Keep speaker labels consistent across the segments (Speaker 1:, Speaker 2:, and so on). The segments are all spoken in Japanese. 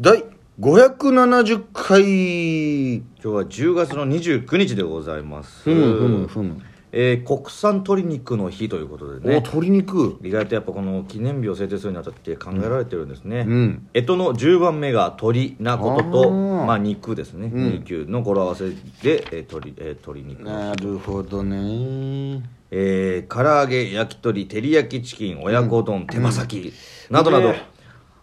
Speaker 1: 第570回今日は10月の29日でございます
Speaker 2: ふむふむふむ
Speaker 1: えー国産鶏肉の日ということで
Speaker 2: お
Speaker 1: ね
Speaker 2: 鶏肉
Speaker 1: 意外とやっぱこの記念日を制定するにあたって考えられてるんですね、
Speaker 2: うん
Speaker 1: 干支の10番目が鳥なことと
Speaker 2: あー
Speaker 1: まあ、肉ですね、
Speaker 2: うん
Speaker 1: 二級の語呂合わせで、えー鳥えー鶏肉
Speaker 2: なるほどね
Speaker 1: えー、唐揚げ焼き鳥照り焼きチキン親子丼、手羽先などなど、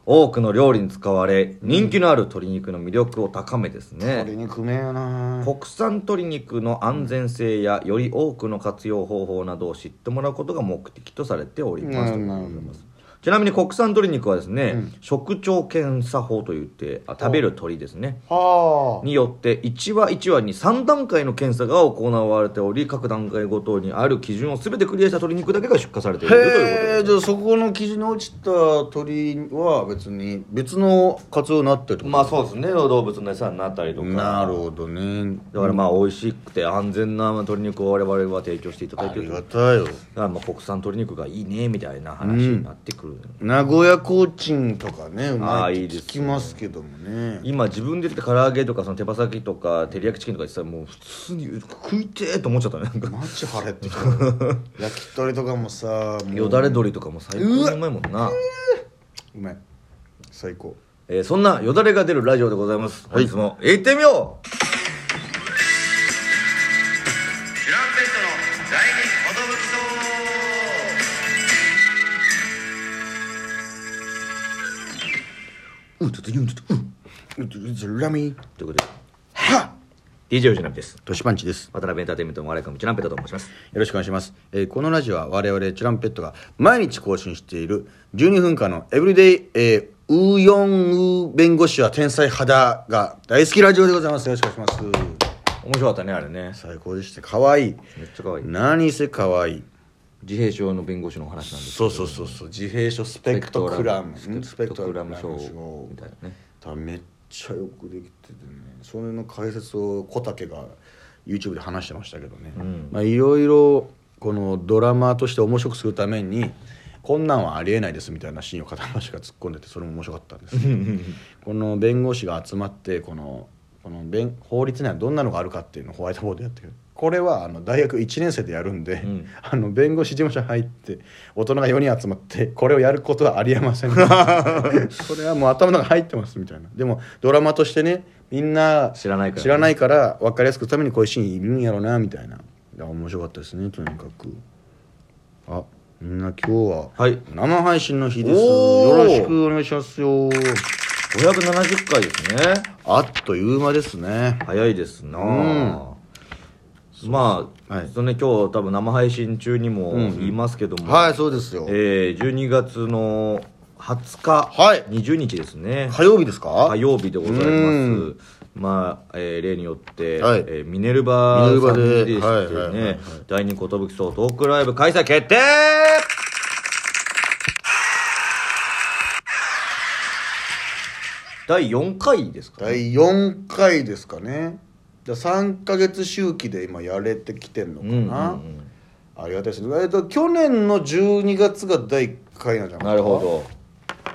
Speaker 1: 多くの料理に使われ人気のある鶏肉の魅力を高めですね、
Speaker 2: 鶏肉うめえよな
Speaker 1: 国産鶏肉の安全性やより多くの活用方法などを知ってもらうことが目的とされております
Speaker 2: うん
Speaker 1: ということでございますちなみに国産鶏肉はですね、食腸検査法といってあ食べる鳥ですね
Speaker 2: はあ
Speaker 1: によって1話1話に3段階の検査が行われており各段階ごとにある基準を全てクリアした鶏肉だけが出荷されているという
Speaker 2: へ
Speaker 1: こ
Speaker 2: え
Speaker 1: と
Speaker 2: じゃあそこの基準に落ちた鳥は別に別の活動になってるっ
Speaker 1: で
Speaker 2: てこ
Speaker 1: まあそうですね動物の餌になったりと
Speaker 2: と
Speaker 1: か
Speaker 2: なるほどね
Speaker 1: だからまあ美味しくて安全な鶏肉を我々は提供していただい
Speaker 2: あ
Speaker 1: てい
Speaker 2: り
Speaker 1: るだ
Speaker 2: が
Speaker 1: か
Speaker 2: たいよ
Speaker 1: らまあ国産鶏肉がいいねみたいな話になってくる、
Speaker 2: 名古屋コーチンとかねう
Speaker 1: あ
Speaker 2: ま
Speaker 1: ー
Speaker 2: い
Speaker 1: いい
Speaker 2: っ
Speaker 1: で
Speaker 2: て
Speaker 1: す
Speaker 2: 聞きますけどもね
Speaker 1: 今自分で言ってた唐揚げとかその手羽先とか照り焼きチキンとか言ってたらもう普通に食いてえと思っちゃったねなんか
Speaker 2: マジ腹減ってきた焼き鳥とかもさもう
Speaker 1: よだれ鶏とかも最高にうまいもんな、
Speaker 2: うまい最高
Speaker 1: えーそんなよだれが出るラジオでございます本日も行ってみよう
Speaker 2: うちょっと言うんちょっとうんちょっとラミー
Speaker 1: ということ
Speaker 2: はっ
Speaker 1: で DJ 吉並です
Speaker 2: トシパンチです
Speaker 1: 渡辺エンターテインメントの笑いかむチュランペットと申します
Speaker 2: よろしくお願いします、えーこのラジオは我々チュランペットが毎日更新している12分間のエブリデイ、えー、ウーヨンウー弁護士は天才肌が大好きラジオでございますよろしくお願いします
Speaker 1: 面白かったねあれね
Speaker 2: 最高でした可愛い
Speaker 1: めっちゃ可愛い
Speaker 2: 何せ可愛い
Speaker 1: 自閉症の弁護士のお話なんです
Speaker 2: そうそうそうそう自閉症スペクトクラムうん
Speaker 1: スペクトクラム症みたいなね
Speaker 2: だからめっちゃよくできててねそれの解説を小竹が YouTube で話してましたけどね、まあ、いろいろこのドラマとして面白くするためにこんなんはありえないですみたいなシーンを片足が突っ込んでてそれも面白かったんですけ どこの弁護士が集まってこのこの弁法律にはどんなのがあるかっていうのをホワイトボードでやってるこれはあの大学1年生でやるんで、
Speaker 1: ん
Speaker 2: あの弁護士事務所入って大人が4人集まってこれをやることはあり えませんこれはもう頭の中入ってますみたいなでもドラマとしてねみんな
Speaker 1: 知らないからね
Speaker 2: 知らないから分かりやすくするためにこういうシーンいるんやろうなみたいないや面白かったですねとにかくあみんな今日は、
Speaker 1: はい
Speaker 2: 生配信の日です
Speaker 1: お
Speaker 2: よ
Speaker 1: ー
Speaker 2: ろしくお願いしますよ
Speaker 1: 570回ですね
Speaker 2: あっという間ですね
Speaker 1: 早いですなあまあ、
Speaker 2: はい
Speaker 1: そのね今日多分生配信中にも言いますけども、
Speaker 2: はいそうですよ、
Speaker 1: えー、12月の20日、
Speaker 2: はい
Speaker 1: 20日ですね
Speaker 2: 火曜日ですか
Speaker 1: 火曜日でございます、
Speaker 2: うん
Speaker 1: まあ、えー例によって、
Speaker 2: はい
Speaker 1: えーミネルバ
Speaker 2: ミネル
Speaker 1: さ
Speaker 2: バ
Speaker 1: ん
Speaker 2: で
Speaker 1: でしてね、
Speaker 2: はいはいはいはい
Speaker 1: 第2寿荘トークライブ開催決定第4回ですか、ね、
Speaker 2: 第4回ですかねだ3ヶ月周期で今やれてきてんのかな、
Speaker 1: うんうんうん
Speaker 2: ありがたいですねえっと去年の12月が第1回なんじゃない
Speaker 1: なるほ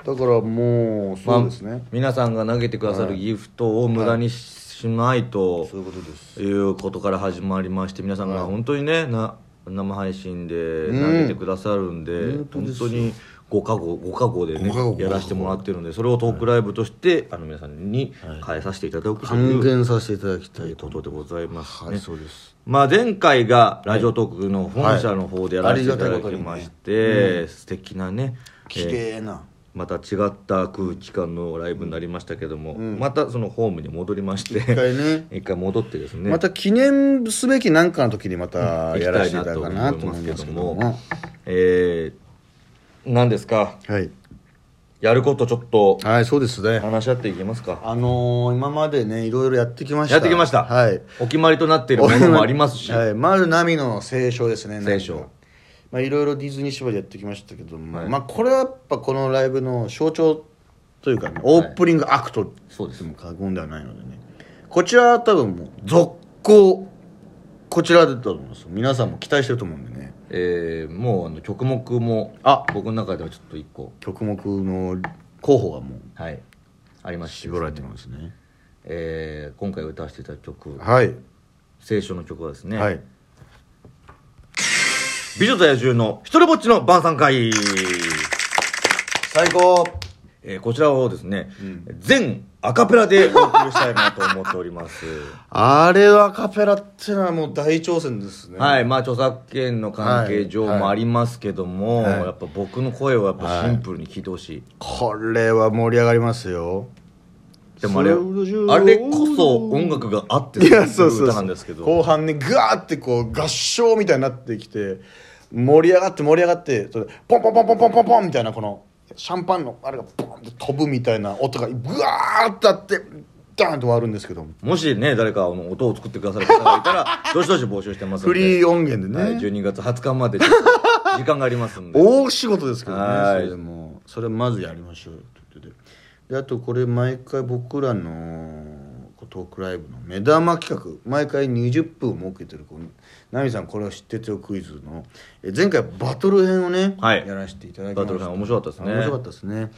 Speaker 2: どだからもう
Speaker 1: どまあ
Speaker 2: そうですね、
Speaker 1: 皆さんが投げてくださるギフトを無駄にしないと、
Speaker 2: そういうことです
Speaker 1: いうことから始まりまして皆さんが本当にね、な生配信で投げてくださるんで、
Speaker 2: 本当
Speaker 1: 本
Speaker 2: です
Speaker 1: 当にご加護ご加護でね
Speaker 2: ご加護
Speaker 1: やらせてもらってるんでそれをトークライブとして、あの皆さんに変えさせていただくとい
Speaker 2: 還
Speaker 1: う
Speaker 2: 元させていただきたいと
Speaker 1: ことでございますね、
Speaker 2: はいそうです
Speaker 1: まあ、前回がラジオトークの本社の方でやらせていただきまして、素敵なね、
Speaker 2: 綺麗 な、
Speaker 1: また違った空気感のライブになりましたけども、またそのホームに戻りまして
Speaker 2: 一回ね
Speaker 1: 一回戻ってですね
Speaker 2: また記念すべき何かの時にまた
Speaker 1: 行き
Speaker 2: や
Speaker 1: た
Speaker 2: ら
Speaker 1: い
Speaker 2: せてい
Speaker 1: な
Speaker 2: ただ
Speaker 1: と
Speaker 2: こう
Speaker 1: 思
Speaker 2: か
Speaker 1: い
Speaker 2: な
Speaker 1: ま
Speaker 2: と思い
Speaker 1: すけ
Speaker 2: ます
Speaker 1: ど
Speaker 2: けど
Speaker 1: も
Speaker 2: も
Speaker 1: えー、何ですか
Speaker 2: はい
Speaker 1: やることちょっと
Speaker 2: はいそうですね
Speaker 1: 話し合っていきますか
Speaker 2: あのー今までねいろいろやってきました
Speaker 1: やってきました、
Speaker 2: はい
Speaker 1: お決まりとなっているものもありますし、
Speaker 2: はい、まずナミの聖書ですね
Speaker 1: 聖書
Speaker 2: ナミのまあいろいろディズニー芝居でやってきましたけども、
Speaker 1: はい
Speaker 2: まあこれはやっぱこのライブの象徴というかねオープニングアクト
Speaker 1: そうです
Speaker 2: とも過言ではないのでねこちらは多分もう続行こちらだと思います皆さんも期待してると思うんでね
Speaker 1: えーもうあの曲目も
Speaker 2: あ
Speaker 1: 僕の中ではちょっと一個
Speaker 2: 曲目の候補がもう
Speaker 1: はいありましてですね
Speaker 2: 絞られてますね
Speaker 1: えー今回歌わせていただく曲
Speaker 2: はい
Speaker 1: 聖書の曲はですね、
Speaker 2: はい
Speaker 1: 美女と野獣の一人ぼっちの晩餐会
Speaker 2: 最高
Speaker 1: えーこちらをですね、全アカペラでお送りしたいなと思っております
Speaker 2: あれはアカペラってのはもう大挑戦ですね
Speaker 1: はいまあ著作権の関係上
Speaker 2: はい
Speaker 1: もありますけども、
Speaker 2: はい
Speaker 1: やっぱ僕の声をやっぱシンプルに聞いてほしい、
Speaker 2: これは盛り上がりますよ
Speaker 1: でもあれ
Speaker 2: そうじゃ
Speaker 1: あれこそ音楽があって
Speaker 2: いやそうそうそう
Speaker 1: 歌なんですけど
Speaker 2: 後半ねグワーってこう合唱みたいになってきて盛り上がって盛り上がってそれでポンポンポンポンポンポンポンみたいなこのシャンパンのあれがポンって飛ぶみたいな音がグワーってあってダーンと終わるんですけど
Speaker 1: もしね誰かあの音を作ってくださる方がいたら どしどし募集してます
Speaker 2: フ
Speaker 1: ので
Speaker 2: リー音源でね、
Speaker 1: はい、12月20日までちょっと時間がありますんで
Speaker 2: 大仕事ですけどね
Speaker 1: は
Speaker 2: そ
Speaker 1: い
Speaker 2: れでもそれまずやりましょうよって言っててであとこれ毎回僕らのこうトークライブの目玉企画毎回20分を設けてるこのナミさんこれは知っててよクイズのえ前回バトル編をね、
Speaker 1: はい
Speaker 2: やらせていただきま
Speaker 1: バト
Speaker 2: した
Speaker 1: ルさん面白かったですね
Speaker 2: 面白かったですね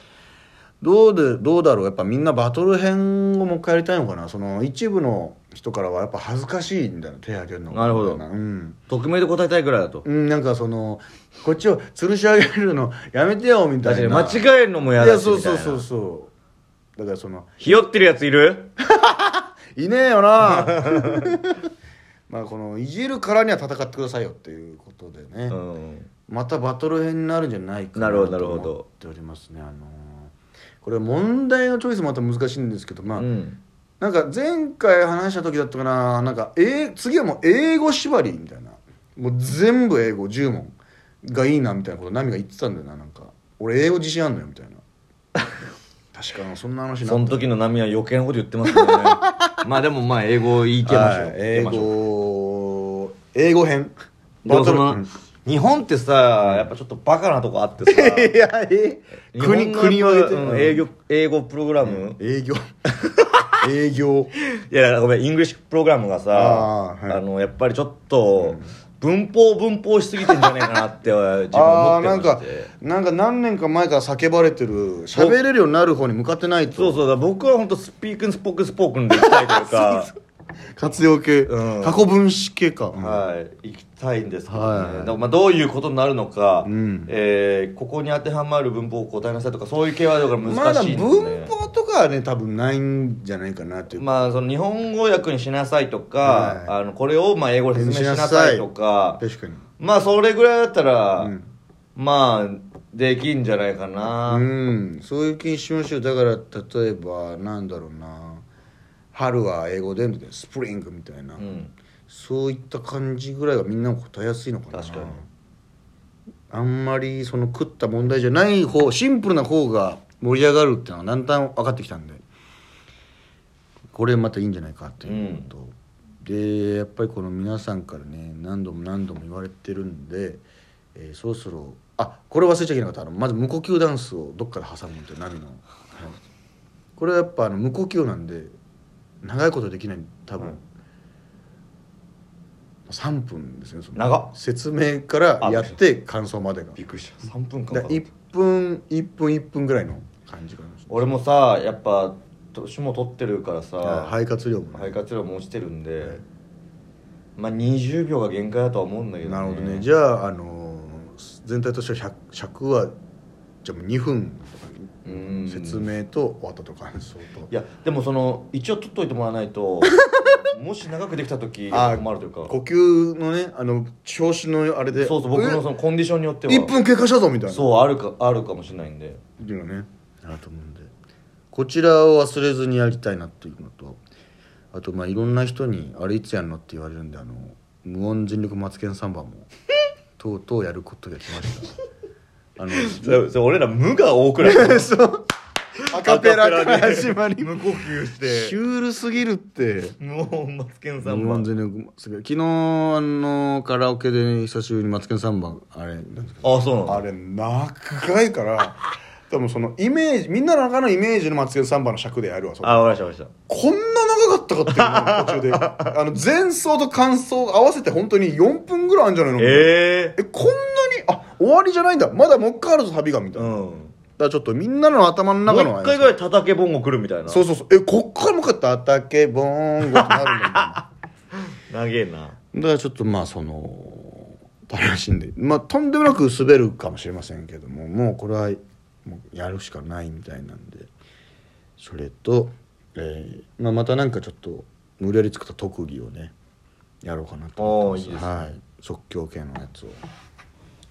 Speaker 2: どうでどうだろうやっぱみんなバトル編をもう一回やりたいのかなその一部の人からはやっぱ恥ずかしいみたいな手挙げるのが
Speaker 1: なるほど
Speaker 2: うん
Speaker 1: 匿名で答えたいぐらいだと
Speaker 2: うん、なんかそのこっちを吊るし上げるのやめてよみた
Speaker 1: 確
Speaker 2: いな
Speaker 1: かに間違えるのも嫌
Speaker 2: いや
Speaker 1: だし
Speaker 2: そう
Speaker 1: みた
Speaker 2: そ
Speaker 1: いうな
Speaker 2: そうそうだからその
Speaker 1: ひよってるやついる
Speaker 2: いねえ よなまあこのいじるからには戦ってくださいよっていうことでね、
Speaker 1: うん
Speaker 2: またバトル編になるんじゃないかな
Speaker 1: なるほどなる
Speaker 2: と
Speaker 1: ほど
Speaker 2: 思っておりますねあのーこれ問題のチョイスまた難しいんですけどまあ、
Speaker 1: うん
Speaker 2: なんか前回話した時だったかななんか、えー次はもう英語縛りみたいなもう全部英語10問がいいなみたいなことナミが言ってたんだよななんか俺英語自信あんのよみたいな 確かにそんな話にな
Speaker 1: その
Speaker 2: った
Speaker 1: 時の波は余計なこと言ってますよね まあでもまあ英語いけましょう、
Speaker 2: はい
Speaker 1: いけ
Speaker 2: 英
Speaker 1: ましょう
Speaker 2: 語英語編
Speaker 1: でもそ
Speaker 2: バトル
Speaker 1: の日本ってさやっぱちょっとバカなとこあってさ
Speaker 2: いやえ
Speaker 1: 日本のやっ
Speaker 2: 国
Speaker 1: ぱ
Speaker 2: 国を挙げて、
Speaker 1: うん英語英語プログラム、
Speaker 2: 営 業営業
Speaker 1: いやごめんイングリッシュプログラムがさ
Speaker 2: あ
Speaker 1: あ、
Speaker 2: ーはい
Speaker 1: のやっぱりちょっと、文法文法しすぎてんじゃねえかなっては自分
Speaker 2: あ
Speaker 1: 思
Speaker 2: あ
Speaker 1: ってま
Speaker 2: なん
Speaker 1: して
Speaker 2: かなんか何年か前から叫ばれてる喋れるようになる方に向かってないと
Speaker 1: そうそうだ僕は本当スピークンスポークンスポークンでいきたいというか
Speaker 2: 活用系、
Speaker 1: うん
Speaker 2: 過去分子系か、
Speaker 1: はい行きたいんですけどね、
Speaker 2: はい
Speaker 1: だからまあどういうことになるのか、
Speaker 2: ん
Speaker 1: えーここに当てはまる文法を答えなさいとかそういう系はだから
Speaker 2: ま
Speaker 1: 難
Speaker 2: だ
Speaker 1: しいんですね
Speaker 2: 文法とかはね多分ないんじゃないかなという、
Speaker 1: まあ、その日本語訳にしなさいとか、
Speaker 2: は
Speaker 1: あのこれをまあ英語で説明しなさいとか
Speaker 2: 確かに
Speaker 1: まあそれぐらいだったら、
Speaker 2: うん
Speaker 1: まあできんじゃないかな、
Speaker 2: うんそういう気にしましょうだから例えばなんだろうな春は英語でみたいなスプリングみたいな、
Speaker 1: うん
Speaker 2: そういった感じぐらいがみんなも答えやすいのかな
Speaker 1: 確かに
Speaker 2: あんまりその食った問題じゃない方シンプルな方が盛り上がるっていうのがだんだん分かってきたんでこれまたいいんじゃないかっていうこと、でやっぱりこの皆さんからね何度も何度も言われてるんで、えーそろそろあこれ忘れちゃいけなかったあのまず無呼吸ダンスをどっかで挟むのとナミの、はいこれはやっぱあの無呼吸なんで長いことできない多分、3分ですねその
Speaker 1: 長っ
Speaker 2: 説明から
Speaker 1: あ
Speaker 2: やって感想までが
Speaker 1: びっくりした3分間
Speaker 2: だ
Speaker 1: か
Speaker 2: 1分1分1分ぐらいの感じかな
Speaker 1: 俺もさやっぱ年も取ってるからさ、
Speaker 2: あ肺活量もね、
Speaker 1: 肺活量も落ちてるんで、まあ20秒が限界だとは思うんだけど、
Speaker 2: なるほどねじゃあ、あのー全体としては 100, 100はじゃあもう2分
Speaker 1: うん
Speaker 2: 説明と終わったと感想と
Speaker 1: いやでもその一応取っといてもらわない ともし長くできた時
Speaker 2: あー
Speaker 1: 困るというか
Speaker 2: 呼吸のねあの調子のあれで
Speaker 1: そうそう僕のそ
Speaker 2: の
Speaker 1: のコンディションによっては
Speaker 2: 1分経過したぞみたいな
Speaker 1: そうあるかあるかもしれないんで
Speaker 2: っていうのねあると思うんでこちらを忘れずにやりたいなっていうのとあとまあいろんな人に「あれいつやんの?」って言われるんであの無音尽力マツケンサンバもとうとうやることが来ましたあの
Speaker 1: 俺ら無が多くない
Speaker 2: そうアカペラから始まり
Speaker 1: 無呼吸し
Speaker 2: シュールすぎるって
Speaker 1: 無音マツケンさん
Speaker 2: 無音
Speaker 1: も
Speaker 2: 尽力マツケン昨日あのカラオケで久しぶりにマツケンサンバあれなんですか
Speaker 1: あそうなの
Speaker 2: あれ長いから多分そのイメージみんなの中のイメージの「マツケンサンバ」の尺でやるわそれ
Speaker 1: あわかりましたわか
Speaker 2: こんな長かったかっていうの途中 であの前奏と感想合わせて本当に4分ぐらいあるんじゃないの
Speaker 1: りましたええ
Speaker 2: えこんなにあ終わりじゃないんだまだもう一回あるぞ旅がみたいな、
Speaker 1: うん
Speaker 2: だからちょっとみんなの頭の中の
Speaker 1: もう一回ぐらい叩けボンゴ来るみたいな
Speaker 2: そうそうそうえこっからもう一回「たけぼーんご」ってなるんだけど
Speaker 1: 長えな
Speaker 2: だからちょっとまあその楽しんでまあとんでもなく滑るかもしれませんけどももうこれはもうやるしかないみたいなんでそれと、えーまあ、またなんかちょっと無理やり作った特技をねやろうかなと思って
Speaker 1: おーいいで
Speaker 2: ます
Speaker 1: ね
Speaker 2: はい、即興系のやつを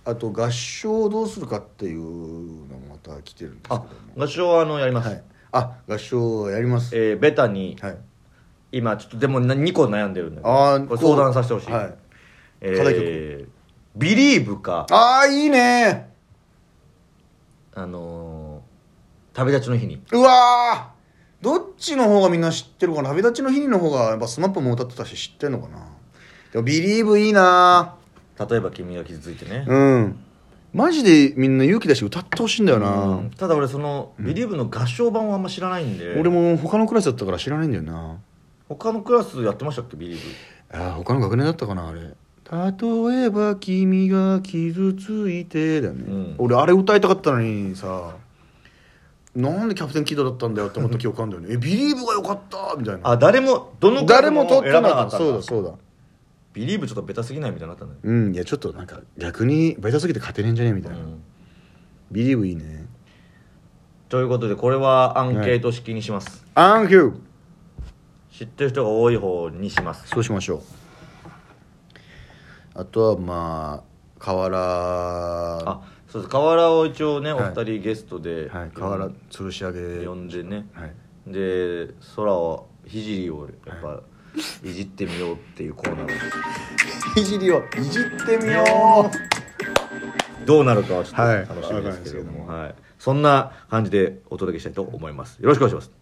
Speaker 2: あと合唱をどうするかっていうのもまた来てるんですけど
Speaker 1: あ
Speaker 2: も
Speaker 1: 合唱はあのやります、
Speaker 2: はい、あ合唱やります、
Speaker 1: えーベタに
Speaker 2: はい
Speaker 1: 今ちょっとでもな2個悩んでるんだけ
Speaker 2: あ
Speaker 1: ど
Speaker 2: ー
Speaker 1: これ相談させてほしい、
Speaker 2: はい
Speaker 1: え
Speaker 2: 課題
Speaker 1: ー、ビリーブかあ、
Speaker 2: ああいいね
Speaker 1: のー旅立ちの日に
Speaker 2: うわーどっちの方がみんな知ってるかな旅立ちの日の方がやっぱスマップも歌ってたし知ってんのかなでもビリーブいいな
Speaker 1: 例えば君が傷ついてね、
Speaker 2: うんマジでみんな勇気出して歌ってほしいんだよ
Speaker 1: うん
Speaker 2: な、
Speaker 1: ただ俺そのビリーブの合唱版はあんま知らないんで、
Speaker 2: 俺も他のクラスだったから知らないんだよな
Speaker 1: 他のクラスやってましたっけビリーブ
Speaker 2: あー他の学年だったかなあれ例えば君が傷ついてだよね、
Speaker 1: うん
Speaker 2: 俺あれ歌いたかったのにさなんでキャプテンキードだったんだよって思った記憶あるんだよねえビリーブが良かったみたいな
Speaker 1: あ誰もどのクラス
Speaker 2: 誰も取ってなかっ
Speaker 1: 選ば
Speaker 2: たそう
Speaker 1: な
Speaker 2: だそうだ
Speaker 1: ビリーブちょっとベタすぎないみたいになったね、
Speaker 2: うんいやちょっとなんか逆にベタすぎて勝てねえんじゃねえみたいな、
Speaker 1: うん
Speaker 2: ビリーブいいね
Speaker 1: ということでこれはアンケート式にします、
Speaker 2: アンキュー
Speaker 1: 知ってる人が多い方にします
Speaker 2: そうしましょうあとはまあ河原
Speaker 1: あそうです河原を一応ね、
Speaker 2: は
Speaker 1: お
Speaker 2: い
Speaker 1: 二人ゲストで、
Speaker 2: はい河原吊るし上げ
Speaker 1: 呼んでね
Speaker 2: はい
Speaker 1: で空を聖をやっぱ、い、じってみようっていうコーナーを
Speaker 2: いじりをいじってみよう
Speaker 1: どうなるかはちょっと
Speaker 2: はい
Speaker 1: 楽しみですけれども、
Speaker 2: わ
Speaker 1: はいそんな感じでお届けしたいと思いますよろしくお願いします